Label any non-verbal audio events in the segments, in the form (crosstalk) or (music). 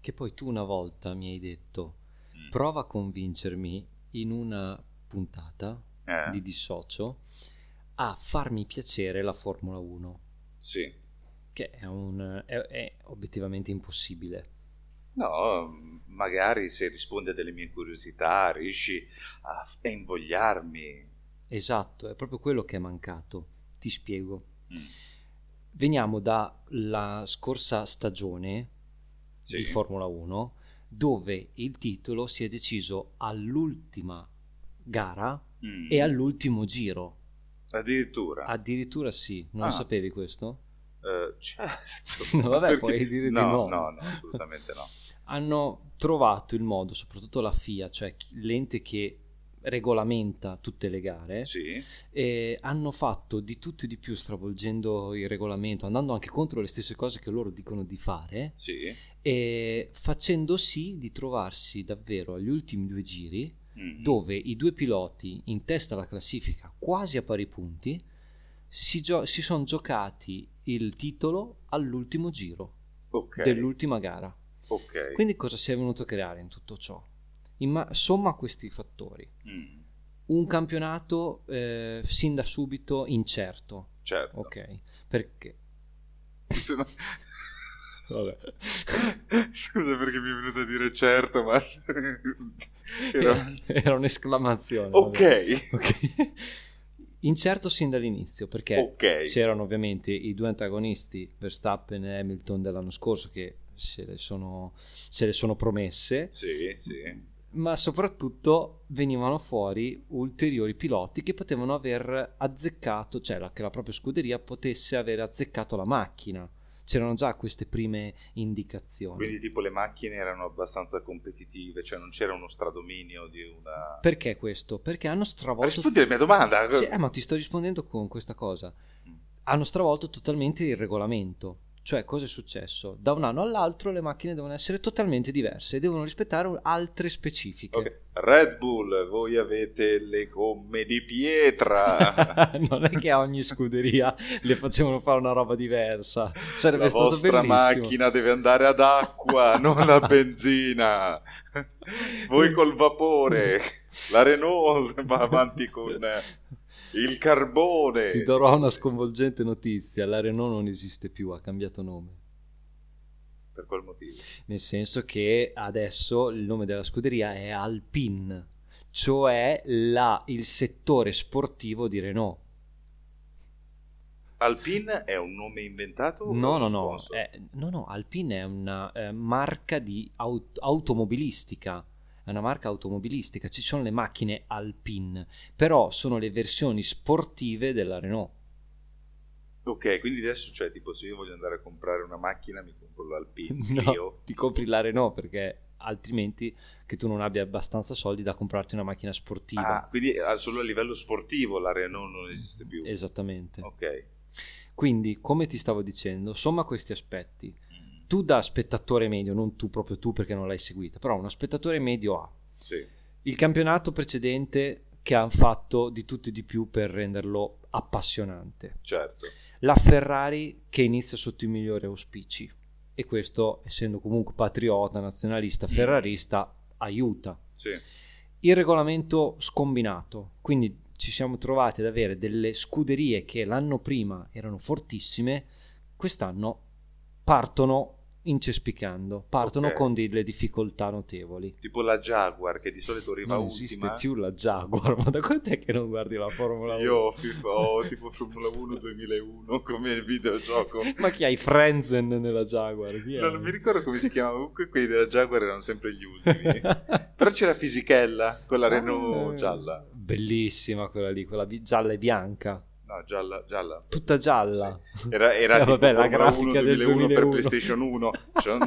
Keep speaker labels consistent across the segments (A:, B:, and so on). A: Che poi tu una volta mi hai detto,
B: Mm.
A: prova a convincermi in una puntata
B: Eh,
A: di dissocio a farmi piacere la Formula 1,
B: sì.
A: che è, un, è, è obiettivamente impossibile.
B: No, magari se risponde a delle mie curiosità riesci a a invogliarmi.
A: Esatto, è proprio quello che è mancato. Ti spiego.
B: Mm,
A: Veniamo dalla scorsa stagione
B: sì.
A: di Formula 1 dove il titolo si è deciso all'ultima gara
B: Mm,
A: e Ah. all'ultimo giro.
B: Addirittura.
A: Addirittura sì, non
B: Ah.
A: lo sapevi questo?
B: Eh,
A: (laughs)
B: certo.
A: No, vabbè,
B: Perché-
A: puoi dire di no.
B: No, no, no, assolutamente no.
A: Hanno trovato il modo, soprattutto la FIA, cioè chi- l'ente che regolamenta tutte le gare,
B: Sì,
A: e hanno fatto di tutto e di più stravolgendo il regolamento, andando anche contro le stesse cose che loro dicono di fare
B: sì.
A: e facendo sì di trovarsi davvero agli ultimi due giri
B: Mm.
A: dove i due piloti in testa alla classifica quasi a pari punti si, sono giocati il titolo all'ultimo giro
B: Ok,
A: dell'ultima gara.
B: ok.
A: Quindi cosa si è venuto a creare in tutto ciò? Imma- somma questi fattori.
B: Mm,
A: Un campionato eh, sin da subito incerto,
B: certo.
A: ok? Perché...
B: (laughs) Se no-
A: (laughs) Vabbè.
B: Scusa perché mi è venuto a dire certo, ma... (laughs)
A: Era, Eh,
B: Era-
A: era un'esclamazione. vabbè.
B: Ok,
A: Ok. (laughs) Incerto sin dall'inizio perché
B: ok.
A: c'erano ovviamente i due antagonisti Verstappen e Hamilton dell'anno scorso che se le sono, se le sono promesse
B: Sì, sì.
A: ma soprattutto venivano fuori ulteriori piloti che potevano aver azzeccato cioè la- che la propria scuderia potesse aver azzeccato la macchina c'erano già queste prime indicazioni
B: Quindi tipo le macchine erano abbastanza competitive, cioè non c'era uno stradominio di una...
A: perché questo? perché hanno stravolto
B: Rispondi alla mia domanda!
A: Sì, eh, ma ti sto rispondendo con questa cosa. Hanno stravolto totalmente il regolamento. Cioè, cosa è successo? Da un anno all'altro le macchine devono essere totalmente diverse e devono rispettare un- altre specifiche.
B: Ok. Red Bull, voi avete le gomme di pietra!
A: (laughs) non è che a ogni scuderia le facevano fare una roba diversa. Sarebbe
B: La
A: stato
B: vostra
A: bellissimo.
B: macchina deve andare
A: (laughs)
B: ad acqua, non a benzina. Voi
A: (laughs)
B: col vapore. La Renault va avanti con eh, il carbone.
A: Ti darò una sconvolgente notizia: la Renault non esiste più, ha cambiato nome.
B: Per quel motivo.
A: nel senso che adesso il nome della scuderia è Alpine, cioè la- il settore sportivo di Renault.
B: Alpine è un nome inventato? o
A: No,
B: è
A: no,
B: uno
A: no,
B: sponsor?
A: eh, no, no, Alpine è una eh, marca di aut- automobilistica. È una marca automobilistica, ci sono le macchine Alpine, però sono le versioni sportive della Renault. (laughs)
B: Ok, quindi adesso cioè tipo se io voglio andare a comprare una macchina mi compro l'Alpine.
A: (laughs) No,
B: Io.
A: ti compri la Renault perché altrimenti che tu non abbia abbastanza soldi da comprarti una macchina sportiva.
B: Ah, quindi ah, solo a livello sportivo la Renault non esiste più.
A: Esattamente.
B: Ok.
A: Quindi, come ti stavo dicendo, somma questi aspetti.
B: Mm,
A: Tu da spettatore medio, non tu proprio tu perché non l'hai seguita, però uno spettatore medio ha
B: Sì.
A: il campionato precedente che hanno fatto di tutto e di più per renderlo appassionante.
B: Certo.
A: La Ferrari che inizia sotto i migliori auspici e questo, essendo comunque patriota, nazionalista, ferrarista, aiuta
B: Sì.
A: il regolamento scombinato, quindi ci siamo trovati ad avere delle scuderie che l'anno prima erano fortissime, quest'anno partono incespicando, partono
B: Ok.
A: con delle difficoltà notevoli.
B: Tipo la Jaguar che di solito arriva
A: Non esiste
B: ultima.
A: più la Jaguar, (laughs) ma da quant'è che non guardi la Formula 1?
B: Io FIFA ho
A: (laughs)
B: tipo Formula 1 2001 come videogioco.
A: Ma chi ha i Frenzen nella Jaguar? Chi è?
B: No, non mi ricordo come si chiamava, comunque quelli della Jaguar erano sempre
A: (laughs)
B: gli ultimi. Però c'era Fisichella, quella Renault
A: Ah,
B: gialla.
A: Bellissima quella lì, quella bi- gialla e bianca,
B: No, gialla, gialla.
A: tutta gialla.
B: Era, era
A: Eh,
B: tipo
A: vabbè, la
B: Formula
A: grafica
B: 1
A: del
B: 2001 per
A: 2001.
B: PlayStation 1. Cioè,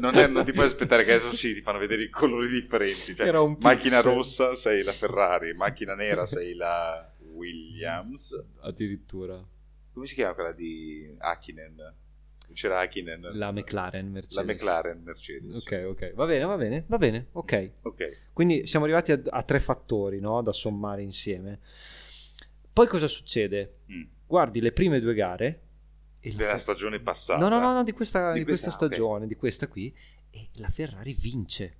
B: non, è- non ti puoi aspettare che adesso sì, ti fanno vedere i colori differenti. Cioè,
A: Era un
B: macchina
A: pixel.
B: rossa sei la Ferrari, macchina nera sei la Williams.
A: Addirittura.
B: Come si chiama quella di Hakkinen? C'era Hakkinen.
A: La McLaren Mercedes.
B: eh, La McLaren Mercedes.
A: Ok, ok, va bene, va bene, va bene, ok.
B: Ok.
A: Quindi siamo arrivati a, a tre fattori no? da sommare insieme. Poi cosa succede?
B: Mm.
A: Guardi le prime due gare. e la
B: Della
A: Fer-
B: stagione passata.
A: No, no, no, no, di questa,
B: Di
A: di questa
B: questa, ok.
A: stagione, di questa qui. E e la Ferrari vince.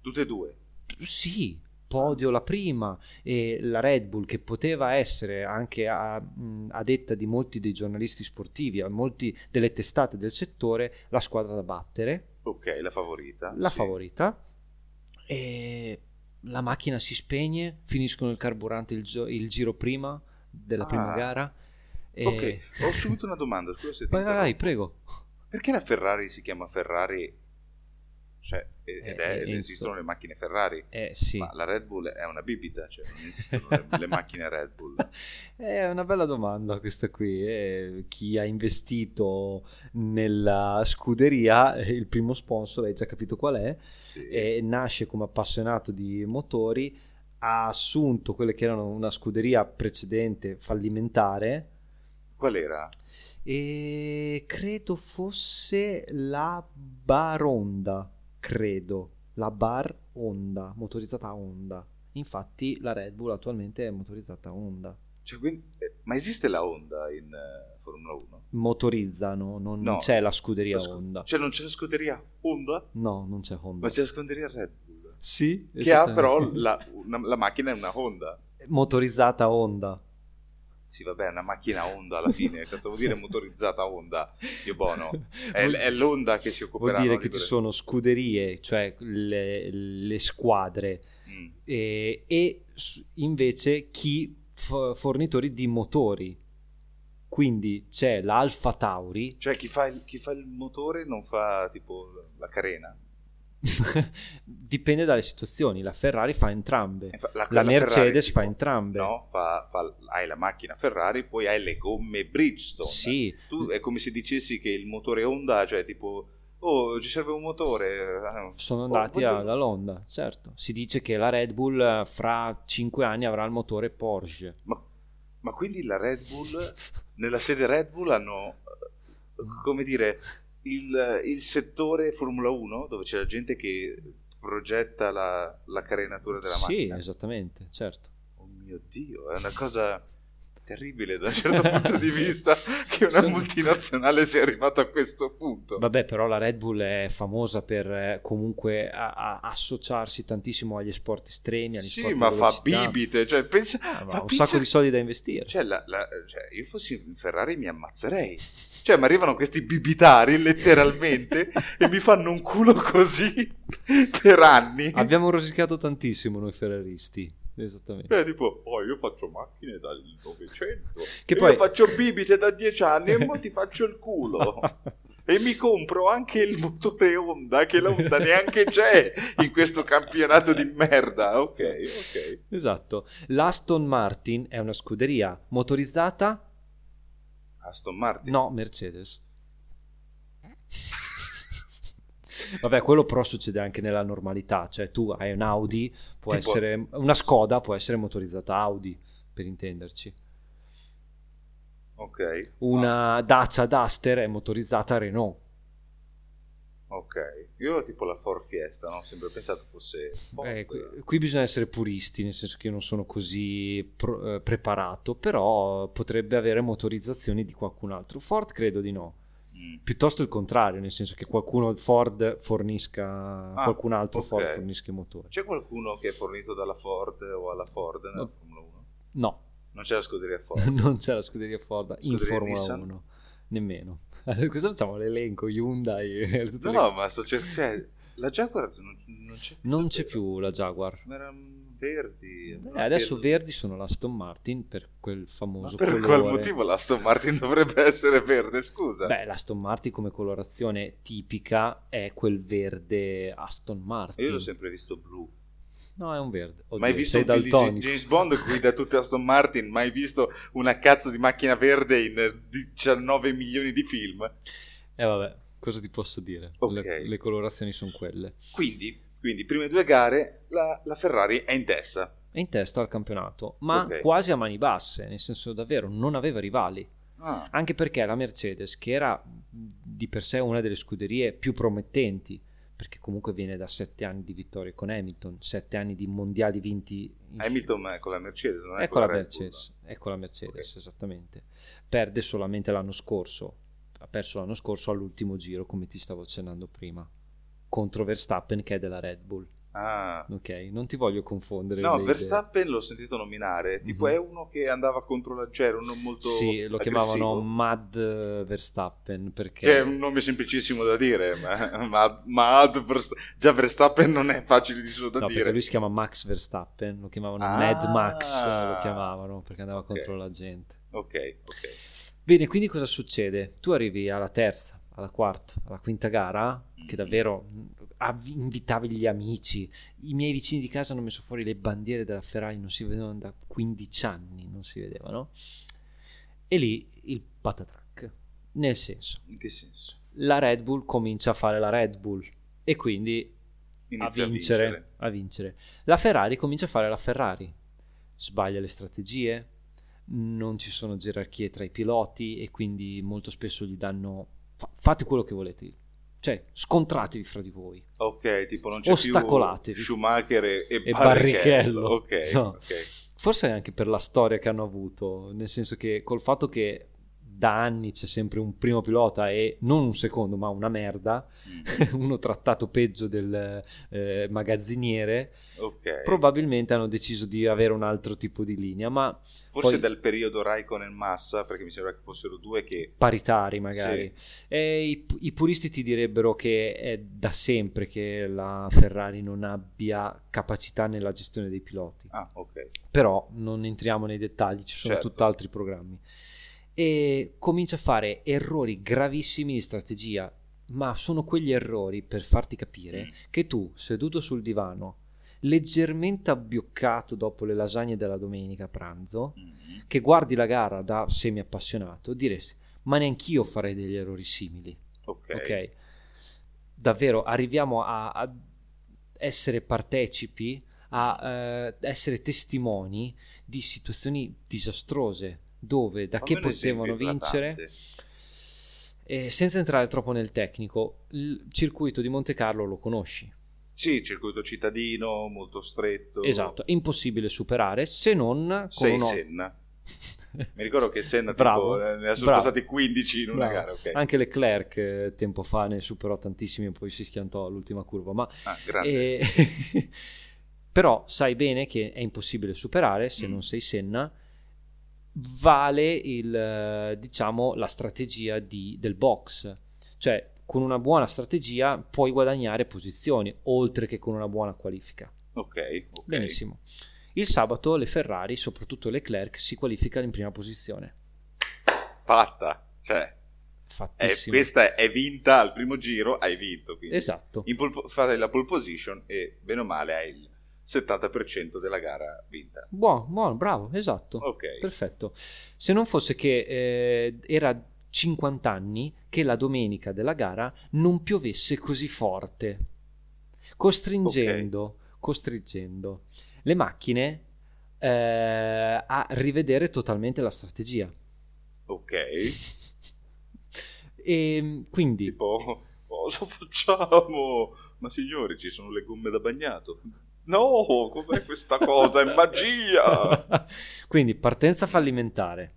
B: Tutte e due.
A: Sì, podio la prima e la Red Bull che poteva essere anche a, a detta di molti dei giornalisti sportivi, a molti delle testate del settore, la squadra da battere,
B: Ok, la favorita.
A: la
B: sì.
A: favorita. E la macchina si spegne, finiscono il carburante il, gio- il giro prima della
B: Ah.
A: prima gara. E...
B: Ok, ho subito una domanda, scusa se Cioè, ti
A: Eh. Vai, vai, vai,
B: interrompo.
A: prego.
B: Perché la Ferrari si chiama Ferrari? Cioè, e- ed è-
A: Eh,
B: ed
A: Enzo.
B: esistono le macchine Ferrari?
A: Eh sì.
B: Ma la Red Bull è una bibita, cioè non
A: (laughs)
B: esistono le, le macchine Red Bull.
A: È una bella domanda questa qui. eh, chi ha investito nella scuderia, eh, il primo sponsor, hai già capito qual è,
B: Sì.
A: e nasce come appassionato di motori, ha assunto quelle che erano una scuderia precedente fallimentare
B: Qual era?
A: e credo fosse la Baronda, credo, la Bar Honda, motorizzata a Honda. Infatti la Red Bull attualmente è motorizzata a Honda.
B: Cioè, quindi- eh, ma esiste la Honda in eh, Formula 1?
A: motorizzano, non
B: No.
A: c'è la scuderia
B: La scu-
A: Honda.
B: Cioè non c'è la scuderia Honda,
A: No, non c'è Honda.
B: ma c'è la scuderia Red Bull.
A: Sì,
B: Che ha
A: esattamente. (laughs)
B: però la, una- la macchina è una Honda.
A: motorizzata Honda.
B: Sì, vabbè, è una macchina Honda alla fine. Cosa vuol dire motorizzata Honda? Dio
A: (laughs)
B: bono. È, è l'Honda che si
A: Vuol
B: occuperà.
A: dire
B: no,
A: che
B: di
A: ci
B: quelle-
A: sono scuderie, cioè le, le squadre,
B: Mm.
A: e, Eh, e s- invece chi f- fornitori di motori. Quindi c'è l'Alfa Tauri, (laughs)
B: Cioè, chi fa, il, chi fa il motore non fa tipo la carena.
A: dipende dalle situazioni, la Ferrari fa entrambe,
B: E fa- La,
A: la
B: la
A: Mercedes
B: Eh, Ferrari,
A: fa
B: tipo,
A: entrambe.
B: No, fa- fa- hai la macchina Ferrari, poi hai le gomme Bridgestone.
A: Sì,
B: Tu è come se dicessi che il motore Honda, cioè tipo, oh, ci serve un motore.
A: sono
B: Oh,
A: andati
B: voglio-
A: alla Honda, certo. Si dice che la Red Bull eh, fra 5 anni avrà il motore Porsche.
B: Ma, ma quindi la Red Bull, nella sede Red Bull hanno, eh, come dire, il, il settore Formula 1, dove c'è la gente che progetta la, la carenatura della
A: sì,
B: macchina.
A: esattamente, certo.
B: Oh mio Dio, è una cosa terribile da un certo (laughs) punto di vista che una
A: Sono-
B: multinazionale sia arrivata a questo punto.
A: Vabbè, però la Red Bull è famosa per eh, comunque a- a- associarsi tantissimo agli sport estremi, agli
B: sì,
A: sport
B: ma
A: di
B: fa
A: velocità.
B: bibite, cioè pensa...
A: Ah, ma
B: ma
A: ha un
B: pensa
A: sacco di
B: che-
A: soldi da investire.
B: (laughs) Cioè, la- la- cioè, io fossi in Ferrari mi ammazzerei. Cioè, mi arrivano questi bibitari
A: (laughs)
B: letteralmente e mi fanno un culo così per anni.
A: Abbiamo rosicato tantissimo noi ferraristi, esattamente.
B: Cioè, tipo, oh, io faccio macchine dal 900.
A: Che
B: e
A: poi-
B: Io faccio bibite da 10 anni e mo ti faccio il
A: (laughs)
B: culo. E mi compro anche il motore Honda, che la Honda neanche c'è in questo campionato di merda. Ok, ok.
A: Esatto. L'Aston Martin è una scuderia motorizzata?
B: Aston Martin.
A: No,
B: (laughs)
A: Mercedes. Vabbè, quello però succede anche nella normalità, cioè tu hai un Audi, può
B: Tipo-
A: essere una Skoda, può essere motorizzata Audi, per intenderci.
B: Ok. Ah.
A: Una Dacia Duster è motorizzata Renault.
B: Ah, Ok, io tipo la Ford Fiesta, no? Ho sempre pensato fosse Ford.
A: Eh, qui, qui bisogna essere puristi, nel senso che io non sono così pro- eh, preparato, però potrebbe avere motorizzazioni di qualcun altro. Ford credo di no.
B: Mm.
A: piuttosto il contrario, nel senso che qualcuno Ford fornisca,
B: Ah,
A: qualcun altro
B: ok.
A: Ford fornisca i motori.
B: C'è qualcuno che è fornito dalla Ford o alla Ford nella
A: No.
B: Formula 1?
A: No, (laughs)
B: Non c'è la scuderia Ford.
A: non c'è la scuderia Ford in
B: Scuderia
A: Formula
B: Nissan?
A: 1, nemmeno. (laughs) Allora, Cosa facciamo? L'elenco Hyundai? e tutte
B: no,
A: le-
B: no, ma sto cercando... La Jaguar non, non c'è più.
A: Non c'è
B: davvero.
A: più la Jaguar.
B: Ma erano verdi.
A: Eh, adesso verdi sono la Aston Martin per quel
B: Ma
A: famoso
B: per
A: colore.
B: qual motivo la Aston Martin dovrebbe essere verde, scusa?
A: Beh, la Aston Martin come colorazione tipica è quel verde Aston Martin.
B: Io l'ho sempre visto blu.
A: No, è un verde. Oddio,
B: mai visto
A: sei
B: un film di
A: daltonico.
B: James Bond guida tutte Aston Martin? Mai visto una cazzo di macchina verde in 19 milioni di film?
A: E Eh, vabbè, cosa ti posso dire?
B: Ok.
A: Le, le colorazioni sono quelle.
B: Quindi, quindi prime due gare la, la Ferrari è in testa.
A: È in testa al campionato, ma
B: Ok.
A: quasi a mani basse, nel senso davvero non aveva rivali.
B: Ah,
A: Anche perché la Mercedes, che era di per sé una delle scuderie più promettenti, perché comunque viene da sette anni di vittorie con Hamilton, sette anni di mondiali vinti in
B: Hamilton è con la Mercedes, non è
A: Ecco la
B: con Red
A: Mercedes, ecco la Mercedes, esattamente. Perde solamente l'anno scorso, ha perso l'anno scorso all'ultimo giro, come ti stavo accennando prima. contro Verstappen che è della Red Bull.
B: Ah.
A: Ok, non ti voglio confondere.
B: No,
A: le idee.
B: Verstappen l'ho sentito nominare, tipo
A: Mhm.
B: è uno che andava contro la Gero, non molto
A: Sì, lo chiamavano
B: aggressivo, Cioè,
A: Mad Verstappen perché...
B: Che è un nome semplicissimo da dire, (laughs) ma, ma- ma ad Verst- già Verstappen non è facile di solo da
A: No, perché
B: dire.
A: lui si chiama Max Verstappen, lo chiamavano
B: Ah.
A: Mad Max, lo chiamavano perché andava
B: Ok.
A: contro la gente.
B: Ok, ok.
A: Bene, quindi cosa succede? Tu arrivi alla terza, alla quarta, alla quinta gara, che
B: Mm-hmm.
A: davvero mh, av- invitavi gli amici. I miei vicini di casa hanno messo fuori le bandiere della Ferrari, non si vedevano da 15 anni, non si vedevano. E lì il patatrack. Nel senso,
B: In che senso?
A: la Red Bull comincia a fare la Red Bull e quindi a
B: Inizia
A: vincere, a vincere. La Ferrari comincia a fare la Ferrari, sbaglia le strategie, non ci sono gerarchie tra i piloti e quindi molto spesso gli danno "Fa- fate quello che volete, cioè scontratevi fra di voi.
B: Ok, tipo non c'è
A: Ostacolatevi.
B: più Schumacher e, e
A: E
B: Barrichello.
A: Barrichello. (laughs)
B: Ok,
A: No.
B: ok.
A: Forse anche per la storia che hanno avuto, nel senso che col fatto che da anni c'è sempre un primo pilota e non un secondo, ma una merda, (laughs)
B: Mm,
A: uno trattato peggio del eh, magazziniere, (laughs)
B: ok.
A: probabilmente hanno deciso di avere un altro tipo di linea, ma
B: Forse
A: poi-
B: dal periodo Raikkonen Massa, perché mi sembra che fossero due che...
A: paritari magari. E i, i puristi ti direbbero che è da sempre che la Ferrari non abbia capacità nella gestione dei piloti,
B: Ah, ok.
A: però non entriamo nei dettagli, ci sono
B: Certo.
A: tutt'altri programmi. E comincia a fare errori gravissimi di strategia, ma sono quegli errori, per farti capire,
B: Mm.
A: che tu, seduto sul divano, leggermente abbioccato dopo le lasagne della domenica a pranzo,
B: Mm.
A: che guardi la gara da semi appassionato, diresti: Ma neanch'io farei degli errori simili.
B: Ok.
A: Ok. Davvero arriviamo a, a essere partecipi, a eh, essere testimoni di situazioni disastrose dove da
B: Fammi
A: che
B: un esempio
A: potevano vincere.
B: eclatante.
A: E senza entrare troppo nel tecnico, il circuito di Monte Carlo lo conosci.
B: Sì, circuito cittadino, molto stretto.
A: Esatto, è impossibile superare se non con
B: Oh. Sei
A: uno-
B: Senna. Mi ricordo che
A: (laughs)
B: Senna
A: Bravo,
B: tipo, eh, ne sono
A: bravo.
B: passati 15 in una
A: Bravo.
B: gara, ok.
A: Anche Leclerc eh, tempo fa ne superò tantissimi e poi si schiantò all'ultima curva. Ma,
B: Ah, grande.
A: eh, (laughs) però sai bene che è impossibile superare se
B: Mm.
A: non sei Senna. Vale il, eh, diciamo, la strategia di- del box. Cioè, con una buona strategia puoi guadagnare posizioni, oltre che con una buona qualifica.
B: Ok, ok.
A: Benissimo. Il sabato le Ferrari, soprattutto Leclerc, si qualifica in prima posizione.
B: Fatta. Cioè, eh,
A: Fattissimo.
B: questa è vinta al primo giro, hai vinto. Quindi.
A: Esatto.
B: In pole- fare la pole position e bene o male hai il 70% della gara vinta.
A: Buono, buono, bravo, esatto.
B: Ok.
A: Perfetto. Se non fosse che eh, era 50 anni che la domenica della gara non piovesse così forte, costringendo, costringendo le macchine eh, a rivedere totalmente la strategia.
B: Ok.
A: (laughs) E Ehm, quindi
B: Tipo, cosa facciamo? Ma signori, ci sono le gomme da bagnato. No, com'è questa cosa?
A: (laughs)
B: È magia!
A: Quindi partenza fallimentare.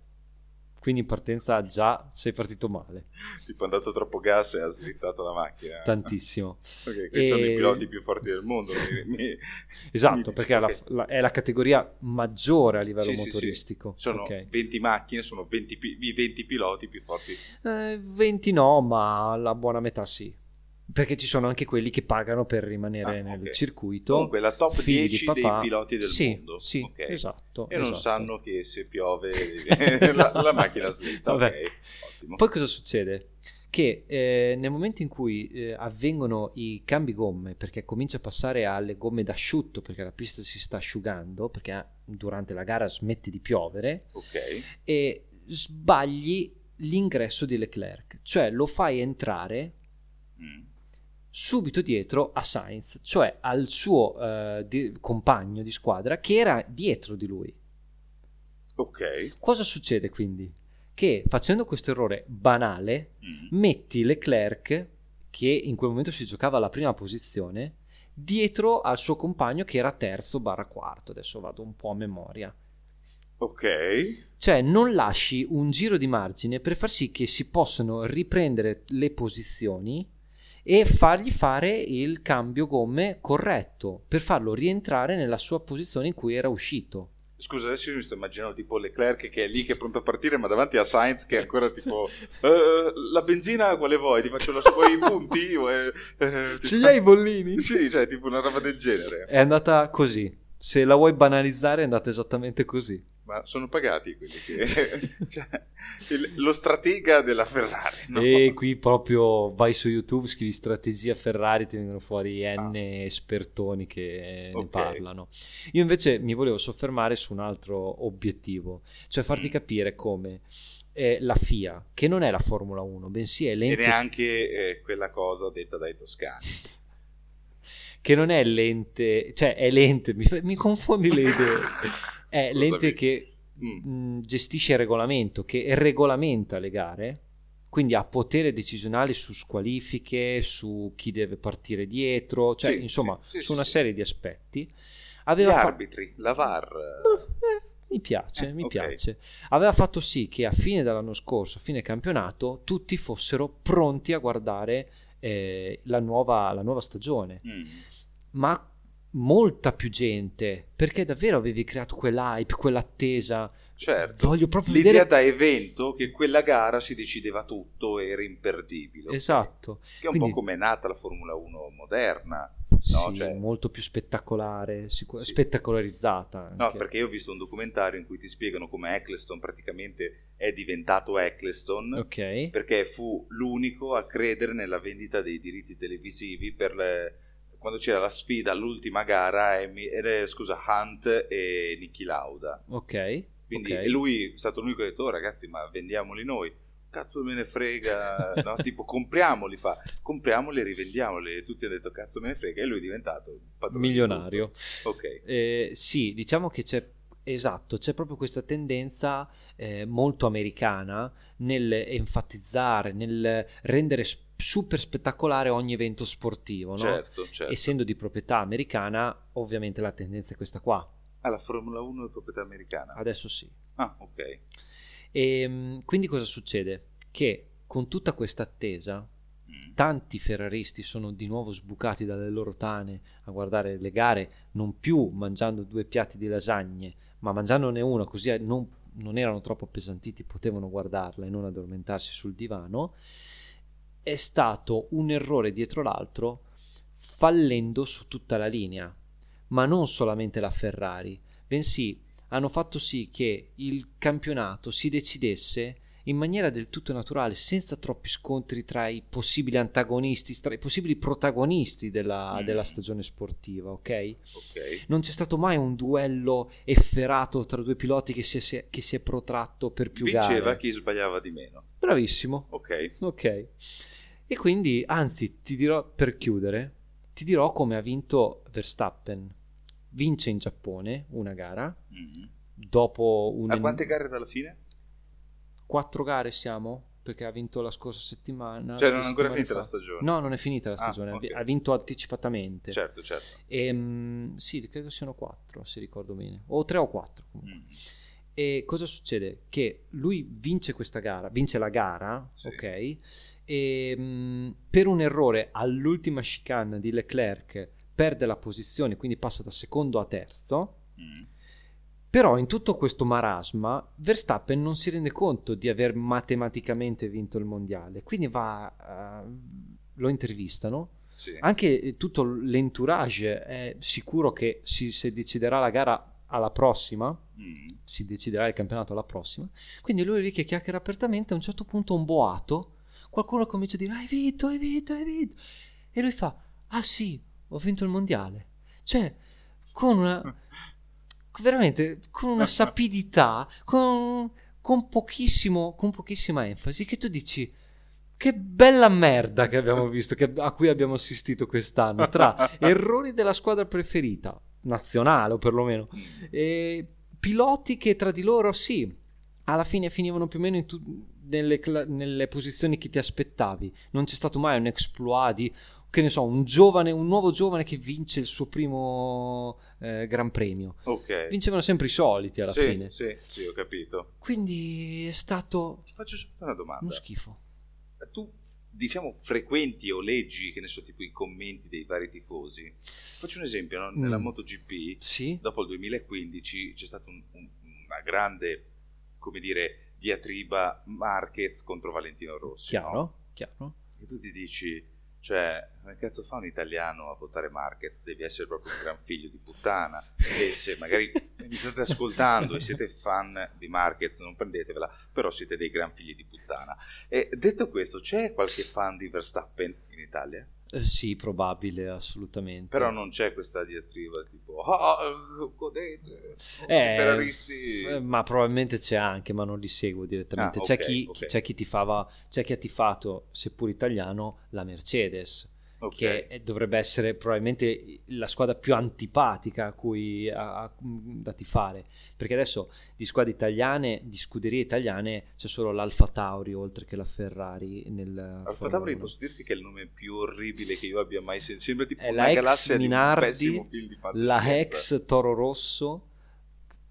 A: Quindi in partenza già sei partito male,
B: Tipo, è andato troppo gas e ha slittato la macchina.
A: tantissimo.
B: Ok, questi
A: E-
B: sono i piloti più forti del mondo.
A: (laughs)
B: mi- mi-
A: Esatto,
B: mi-
A: perché la-
B: ok.
A: la- è la categoria maggiore a livello
B: Sì, sì, sì.
A: motoristico.
B: Sono
A: ok.
B: 20 macchine, sono 20, pi- i 20 piloti più forti.
A: Eh, 20 no, ma la buona metà sì. Perché ci sono anche quelli che pagano per rimanere
B: Ah,
A: nel
B: ok.
A: circuito.
B: Comunque, la top
A: figli
B: 10
A: di papà.
B: dei piloti del
A: sì,
B: mondo.
A: Sì,
B: ok?
A: esatto.
B: E non
A: esatto.
B: sanno che se
A: (laughs)
B: piove la, la macchina slitta.
A: Vabbè.
B: Ok, ottimo.
A: Poi cosa succede? Che eh, nel momento in cui eh, avvengono i cambi gomme, perché comincia a passare alle gomme d'asciutto, perché la pista si sta asciugando, perché ah, durante la gara smette di piovere,
B: Ok,
A: e sbagli l'ingresso di Leclerc, cioè lo fai entrare
B: Mm.
A: subito dietro a Sainz, cioè al suo eh, di- compagno di squadra che era dietro di lui.
B: ok.
A: Cosa succede quindi? Che facendo questo errore banale,
B: Mm.
A: metti Leclerc, che in quel momento si giocava alla prima posizione, dietro al suo compagno che era terzo barra quarto, adesso vado un po' a memoria.
B: Ok,
A: Cioè, non lasci un giro di margine per far sì che si possano riprendere le posizioni e fargli fare il cambio gomme corretto per farlo rientrare nella sua posizione in cui era uscito.
B: Scusa, adesso io mi sto immaginando tipo Leclerc che è lì che è pronto a partire, ma davanti a Sainz che è
A: (laughs)
B: ancora tipo "Eh, la benzina quale vuoi? Ti faccio la sua i punti? Vuoi- eh, ti-
C: Ci gli hai i bollini?
B: Sì, cioè tipo una roba del genere.
A: È andata così. Se la vuoi banalizzare, è andata esattamente così.
B: Ma sono pagati quelli
A: (laughs)
B: che... cioè, il- lo stratega della Ferrari, no?
A: E qui proprio vai su YouTube, scrivi strategia Ferrari, ti vengono fuori N espertoni che ne
B: Ah. Ok.
A: parlano. Io invece mi volevo soffermare su un altro obiettivo, cioè farti
B: Mm.
A: capire come eh, la FIA, che non è la Formula 1, bensì è
B: E
A: l'ente
B: neanche eh, quella cosa detta dai toscani.
A: (laughs) che non è l'ente, cioè è l'ente, mi, mi confondi le idee.
B: (laughs)
A: È Eh,
B: Lo
A: l'ente
B: sapevo.
A: che
B: Mm.
A: mh, gestisce il regolamento, che regolamenta le gare, quindi ha potere decisionale su squalifiche, su chi deve partire dietro, cioè
B: Sì,
A: insomma
B: sì, sì,
A: su
B: sì,
A: una
B: sì.
A: serie di aspetti.
B: Gli
A: Aveva fa-
B: arbitri, la VAR.
A: Eh, mi piace,
B: Eh,
A: mi
B: ok.
A: piace. Aveva fatto sì che a fine dell'anno scorso, a fine campionato, tutti fossero pronti a guardare eh, la nuova- la nuova stagione
B: Mm.
A: ma molta più gente perché davvero avevi creato quell'hype, quell'attesa.
B: Certo.
A: Voglio proprio
B: L'idea
A: vedere.
B: da evento che quella gara si decideva tutto e era imperdibile.
A: Esatto,
B: Che è un
A: Quindi-
B: po' come è nata la Formula 1 moderna.
A: sì,
B: cioè-
A: molto più spettacolare, sicur-
B: Sì.
A: spettacolarizzata. Anche.
B: No, perché io ho visto un documentario in cui ti spiegano come Eccleston praticamente è diventato Eccleston
A: Ok,
B: perché fu l'unico a credere nella vendita dei diritti televisivi per le- quando c'era la sfida all'ultima gara Emi- eh, scusa, Hunt e Niki Lauda.
A: ok.
B: Quindi
A: ok.
B: e lui è stato l'unico che ha detto, "Oh, ragazzi, ma vendiamoli noi. Cazzo me ne
A: (laughs)
B: frega, no? tipo compriamoli, fa, compriamoli e rivendiamoli. E tutti hanno detto cazzo me ne frega e lui è diventato il padrone di
A: Milionario.
B: tutto. Ok.
A: Eh, sì, diciamo che c'è esatto, c'è proprio questa tendenza eh, molto americana nel enfatizzare, nel rendere s- super spettacolare ogni evento sportivo, no?
B: Certo, certo.
A: Essendo di proprietà americana, ovviamente la tendenza è questa qua.
B: Ah, la Formula 1 è proprietà americana.
A: Adesso sì.
B: Ah, ok.
A: E mh, quindi cosa succede? Che con tutta questa attesa,
B: Mm.
A: tanti ferraristi sono di nuovo sbucati dalle loro tane a guardare le gare, non più mangiando due piatti di lasagne, ma mangiandone una, così eh, non, non erano troppo appesantiti, potevano guardarla e non addormentarsi sul divano. È stato un errore dietro l'altro, fallendo su tutta la linea, ma non solamente la Ferrari, bensì hanno fatto sì che il campionato si decidesse in maniera del tutto naturale, senza troppi scontri tra i possibili antagonisti, tra i possibili protagonisti della,
B: Mm.
A: della stagione sportiva, ok?
B: Ok.
A: Non c'è stato mai un duello efferato tra due piloti che si è, si è- che si è protratto per più
B: Vinceva
A: gare.
B: chi sbagliava di meno.
A: Bravissimo,
B: Ok.
A: ok. E quindi, anzi, ti dirò per chiudere, ti dirò come ha vinto Verstappen. Vince in Giappone una gara,
B: Mm.
A: dopo un...
B: A quante gare dalla fine?
A: quattro gare siamo perché ha vinto la scorsa settimana.
B: Cioè,
A: due
B: non è ancora
A: settimane
B: finita
A: fa.
B: la stagione.
A: No, non è finita la
B: Ah,
A: stagione, ha vi-
B: ok.
A: ha vinto anticipatamente.
B: Certo, certo.
A: Ehm, sì, credo siano quattro, se ricordo bene, o tre o quattro. comunque.
B: Mm.
A: E cosa succede? Che lui vince questa gara, vince la gara,
B: Sì.
A: ok? E, mh, per un errore all'ultima chicane di Leclerc perde la posizione, quindi passa da secondo a terzo.
B: Mm.
A: Però in tutto questo marasma Verstappen non si rende conto di aver matematicamente vinto il mondiale, quindi va, eh, lo intervistano.
B: Sì.
A: Anche eh, tutto l'entourage è sicuro che si- se deciderà la gara alla prossima,
B: Mm.
A: si deciderà il campionato alla prossima. Quindi lui è lì che chiacchiera apertamente, a un certo punto un boato, qualcuno comincia a dire "Ah, hai vinto, hai vinto, hai vinto. E lui fa, ah sì, ho vinto il mondiale. Cioè, con una... veramente, con una sapidità, con, con pochissimo, con pochissima enfasi, che tu dici... Che bella merda che abbiamo visto, che- a cui abbiamo assistito quest'anno, tra errori della squadra preferita, nazionale o perlomeno, e piloti che tra di loro sì, alla fine finivano più o meno in tu- nelle, cla- nelle posizioni che ti aspettavi. Non c'è stato mai un exploit di, che ne so, un giovane, un nuovo giovane che vince il suo primo eh, Gran Premio.
B: (laughs) Ok.
A: Vincevano sempre i soliti alla
B: Eh. sì,
A: fine.
B: Sì, sì, ho capito.
A: Quindi è stato
B: Ti faccio subito una domanda.
A: uno schifo.
B: Tu diciamo frequenti o leggi, che ne so, tipo i commenti dei vari tifosi. Faccio un esempio, no? nella
A: Mm.
B: MotoGP
A: Sì?
B: dopo il 2015 c'è stata un- un- una grande, come dire, diatriba Marquez contro Valentino Rossi. no?
A: Chiaro? (laughs) Chiaro?
B: E tu ti dici, cioè, come cazzo fa un italiano a votare Marquez? Devi essere proprio un gran figlio di puttana. E se
A: (laughs)
B: magari mi state ascoltando e siete fan di Marquez, non prendetevela, però siete dei gran figli di puttana. E detto questo, c'è qualche fan di Verstappen in Italia?
A: Eh, sì, probabile, assolutamente.
B: Però non c'è questa diatriba tipo, ah,
A: Eh,
B: godete, superaristi.
A: f- eh, ma probabilmente c'è anche, ma non li seguo direttamente.
B: Ah,
A: c'è,
B: ok,
A: chi,
B: ok.
A: chi- c'è chi tifava, c'è chi ha tifato, seppur italiano, la Mercedes,
B: Ok.
A: che dovrebbe essere probabilmente la squadra più antipatica a cui a- a- da tifare. Perché adesso di squadre italiane, di scuderie italiane, c'è solo l'Alfa Tauri oltre che la Ferrari. Nel
B: Alfa
A: Formula
B: Tauri
A: 1.
B: posso dirti che è il nome più orribile che io abbia mai sentito. Sembra tipo
A: È
B: una
A: la ex
B: galassia
A: Minardi,
B: di un pessimo film di
A: la
B: fantascienza.
A: ex Toro Rosso,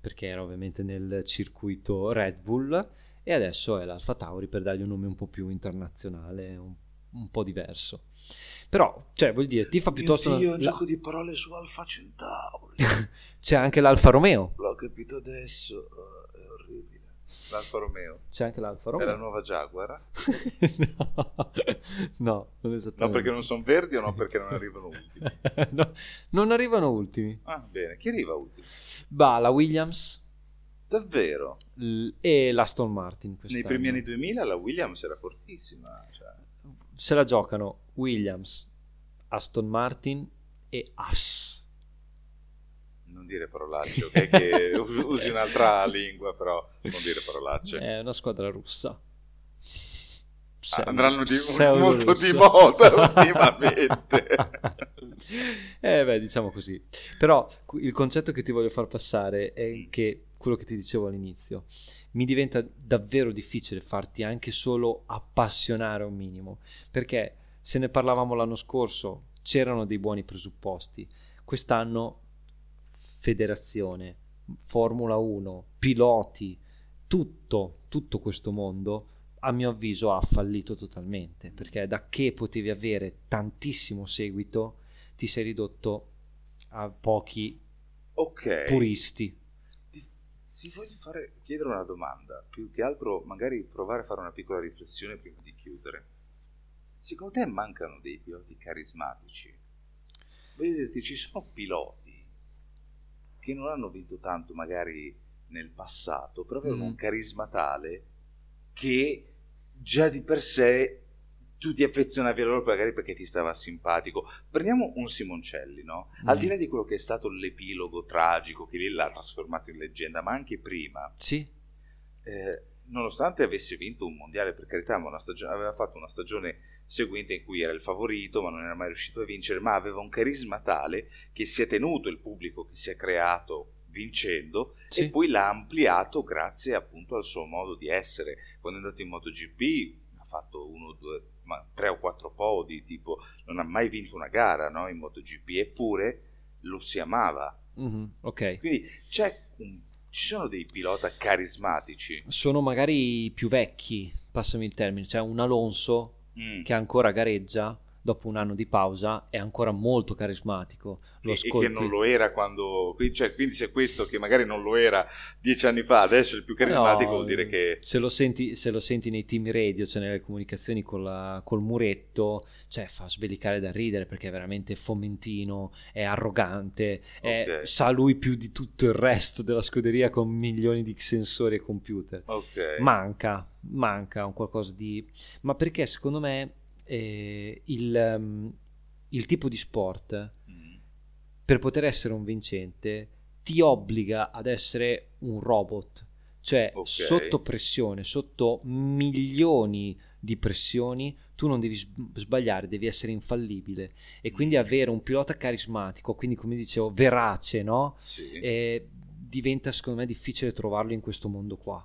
A: perché era ovviamente nel circuito Red Bull, e adesso è l'Alfa Tauri per dargli un nome un po' più internazionale, un, un po' diverso. Però, cioè, vuol dire, ti fa piuttosto...
B: Dio, un
A: la-
B: gioco di parole su Alfa
A: (laughs)
B: Centauri.
A: c'è anche l'Alfa Romeo.
B: L'ho capito adesso. eh, È orribile. L'Alfa Romeo.
A: C'è anche l'Alfa
B: È
A: Romeo.
B: la nuova Jaguar?
A: (laughs) no, no, non esattamente.
B: No, perché non
A: (laughs)
B: sono verdi o no perché non arrivano ultimi?
A: No, non arrivano ultimi.
B: Ah, bene. Chi arriva ultimo?
A: Bah, la Williams
B: Davvero?
A: l- e l'Aston Martin
B: Nei
A: quest'anno.
B: primi anni 2000 la Williams era fortissima. Cioè.
A: se la giocano Williams, Aston Martin e As.
B: Non dire parolacce,
A: (laughs)
B: ok? Che u- usi un'altra lingua, però non dire parolacce.
A: È una squadra russa. Pseudo-
B: Andranno di,
A: pseudo
B: molto
A: russa.
B: di moda
A: (laughs)
B: ultimamente.
A: eh beh, diciamo così. Però cu- il concetto che ti voglio far passare è che quello che ti dicevo all'inizio, mi diventa davvero difficile farti anche solo appassionare un minimo, perché se ne parlavamo l'anno scorso, c'erano dei buoni presupposti. Quest'anno federazione, Formula 1, piloti, tutto, tutto questo mondo a mio avviso ha fallito totalmente perché da che potevi avere tantissimo seguito ti sei ridotto a pochi
B: ok.
A: puristi
B: Ti, ti voglio fare, chiedere una domanda, più che altro magari provare a fare una piccola riflessione prima di chiudere. Secondo te mancano dei piloti carismatici? Voglio dirti, ci sono piloti che non hanno vinto tanto magari nel passato, però avevano
A: Mm.
B: un carisma tale che già di per sé tu ti affezionavi a loro magari perché ti stava simpatico. Prendiamo un Simoncelli, no? Al
A: Mm.
B: di là di quello che è stato l'epilogo tragico che lì l'ha trasformato in leggenda, ma anche prima,
A: sì
B: eh, nonostante avesse vinto un mondiale, per carità, ma una stagione- aveva fatto una stagione seguente in cui era il favorito, ma non era mai riuscito a vincere, ma aveva un carisma tale che si è tenuto il pubblico che si è creato vincendo
A: sì
B: e poi l'ha ampliato grazie appunto al suo modo di essere. Quando è andato in MotoGP ha fatto uno, due, ma tre o quattro podi, tipo non ha mai vinto una gara no, in MotoGP, eppure lo si amava.
A: Mhm, ok
B: Quindi c'è un- ci sono dei pilota carismatici.
A: sono magari i più vecchi passami il termine c'è un Alonso
B: Mm.
A: che ancora gareggia dopo un anno di pausa è ancora molto carismatico lo
B: e, e che
A: ascolti
B: non lo era quando quindi, cioè, quindi se questo che magari non lo era dieci anni fa adesso è il più carismatico
A: No, eh.
B: vuol dire che
A: se lo, senti, se lo senti nei team radio, cioè nelle comunicazioni con la- col muretto, cioè fa sbellicare da ridere perché è veramente fomentino, è arrogante, è-
B: Ok.
A: sa lui più di tutto il resto della scuderia con milioni di sensori e computer.
B: ok
A: Manca, manca un qualcosa di... Ma perché secondo me eh, il, ehm, il tipo di sport
B: Mm.
A: per poter essere un vincente ti obbliga ad essere un robot, cioè
B: Ok.
A: sotto pressione, sotto milioni di pressioni, tu non devi s- sbagliare, devi essere infallibile e quindi
B: Mm.
A: avere un pilota carismatico, quindi come dicevo, verace, no?
B: Sì,
A: E diventa secondo me difficile trovarlo in questo mondo qua.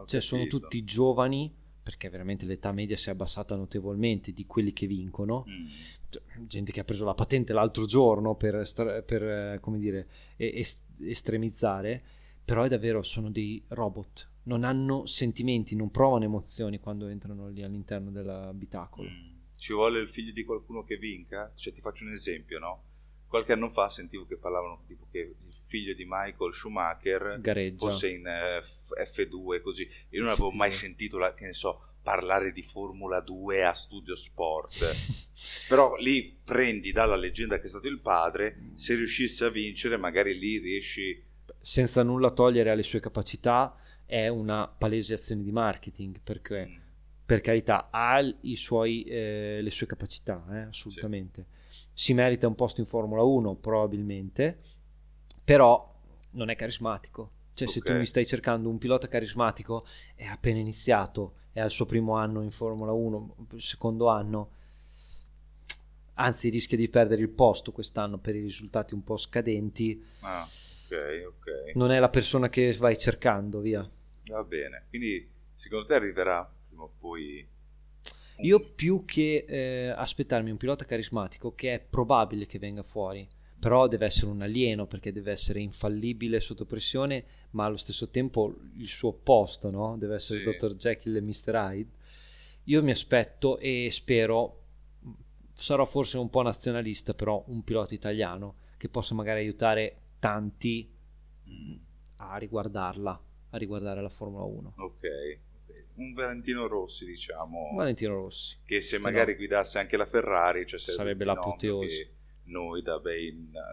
B: ho
A: Cioè sono
B: capito.
A: tutti giovani, perché veramente l'età media si è abbassata notevolmente di quelli che vincono
B: Mm.
A: Cioè, gente che ha preso la patente l'altro giorno per, stra- per, eh, come dire, e- est- estremizzare, però è davvero, sono dei robot, non hanno sentimenti, non provano emozioni quando entrano lì all'interno dell'abitacolo.
B: Mm. Ci vuole il figlio di qualcuno che vinca? Cioè, ti faccio un esempio, no? Qualche anno fa sentivo che parlavano tipo che il figlio di Michael Schumacher
A: Gareggia.
B: fosse in eh, F- F2 così. Io non avevo mai sentito, la- che ne so, parlare di Formula 2 a Studio Sport. Però lì prendi dalla leggenda che è stato il
A: Mm.
B: padre, se riuscisse a vincere magari lì riesci...
A: (laughs) Senza nulla togliere alle sue capacità, è una palese azione di marketing perché
B: Mm.
A: per carità, ha i suoi, eh, le sue capacità, eh, assolutamente. Si merita un posto in Formula 1, probabilmente, però non è carismatico. Cioè, se
B: Ok.
A: tu mi stai cercando un pilota carismatico, è appena iniziato, è al suo primo anno in Formula 1, secondo anno, anzi rischia di perdere il posto quest'anno per i risultati un po' scadenti.
B: Ah, ok, ok.
A: Non è la persona che vai cercando, via.
B: Va bene. Quindi secondo te arriverà prima o poi... un-
A: Io più che eh, aspettarmi un pilota carismatico, che è probabile che venga fuori, però deve essere un alieno perché deve essere infallibile sotto pressione, ma allo stesso tempo il suo opposto, no? Deve essere
B: Sì.
A: Dr. Jekyll e Mr. Hyde. Io mi aspetto e spero, sarò forse un po' nazionalista, però un pilota italiano che possa magari aiutare tanti
B: Mm,
A: a riguardarla, a riguardare la Formula 1.
B: Ok. ok. Un Valentino Rossi, diciamo,
A: Valentino Rossi.
B: che se magari
A: no.
B: guidasse anche la Ferrari, cioè sarebbe,
A: Sarebbe
B: un
A: l'apoteosi.
B: fenomeno che Noi da bei na-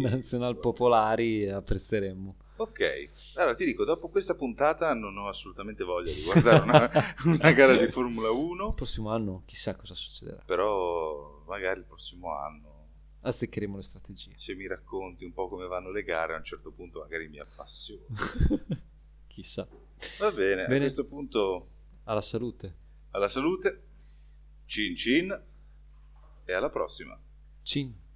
A: (laughs) nazional popolari apprezzeremmo.
B: Ok, allora ti dico, dopo questa puntata non ho assolutamente voglia di guardare
A: (laughs)
B: una, una gara di Formula 1,
A: Il prossimo anno chissà cosa succederà.
B: però magari il prossimo anno,
A: Azzeccheremo le
B: (laughs)
A: strategie.
B: se mi racconti un po' come vanno le gare, a un certo punto magari mi appassiono.
A: chissà.
B: Va bene, a
A: Bene.
B: questo punto
A: Alla salute.
B: alla salute, cin cin e alla prossima.
A: Cin.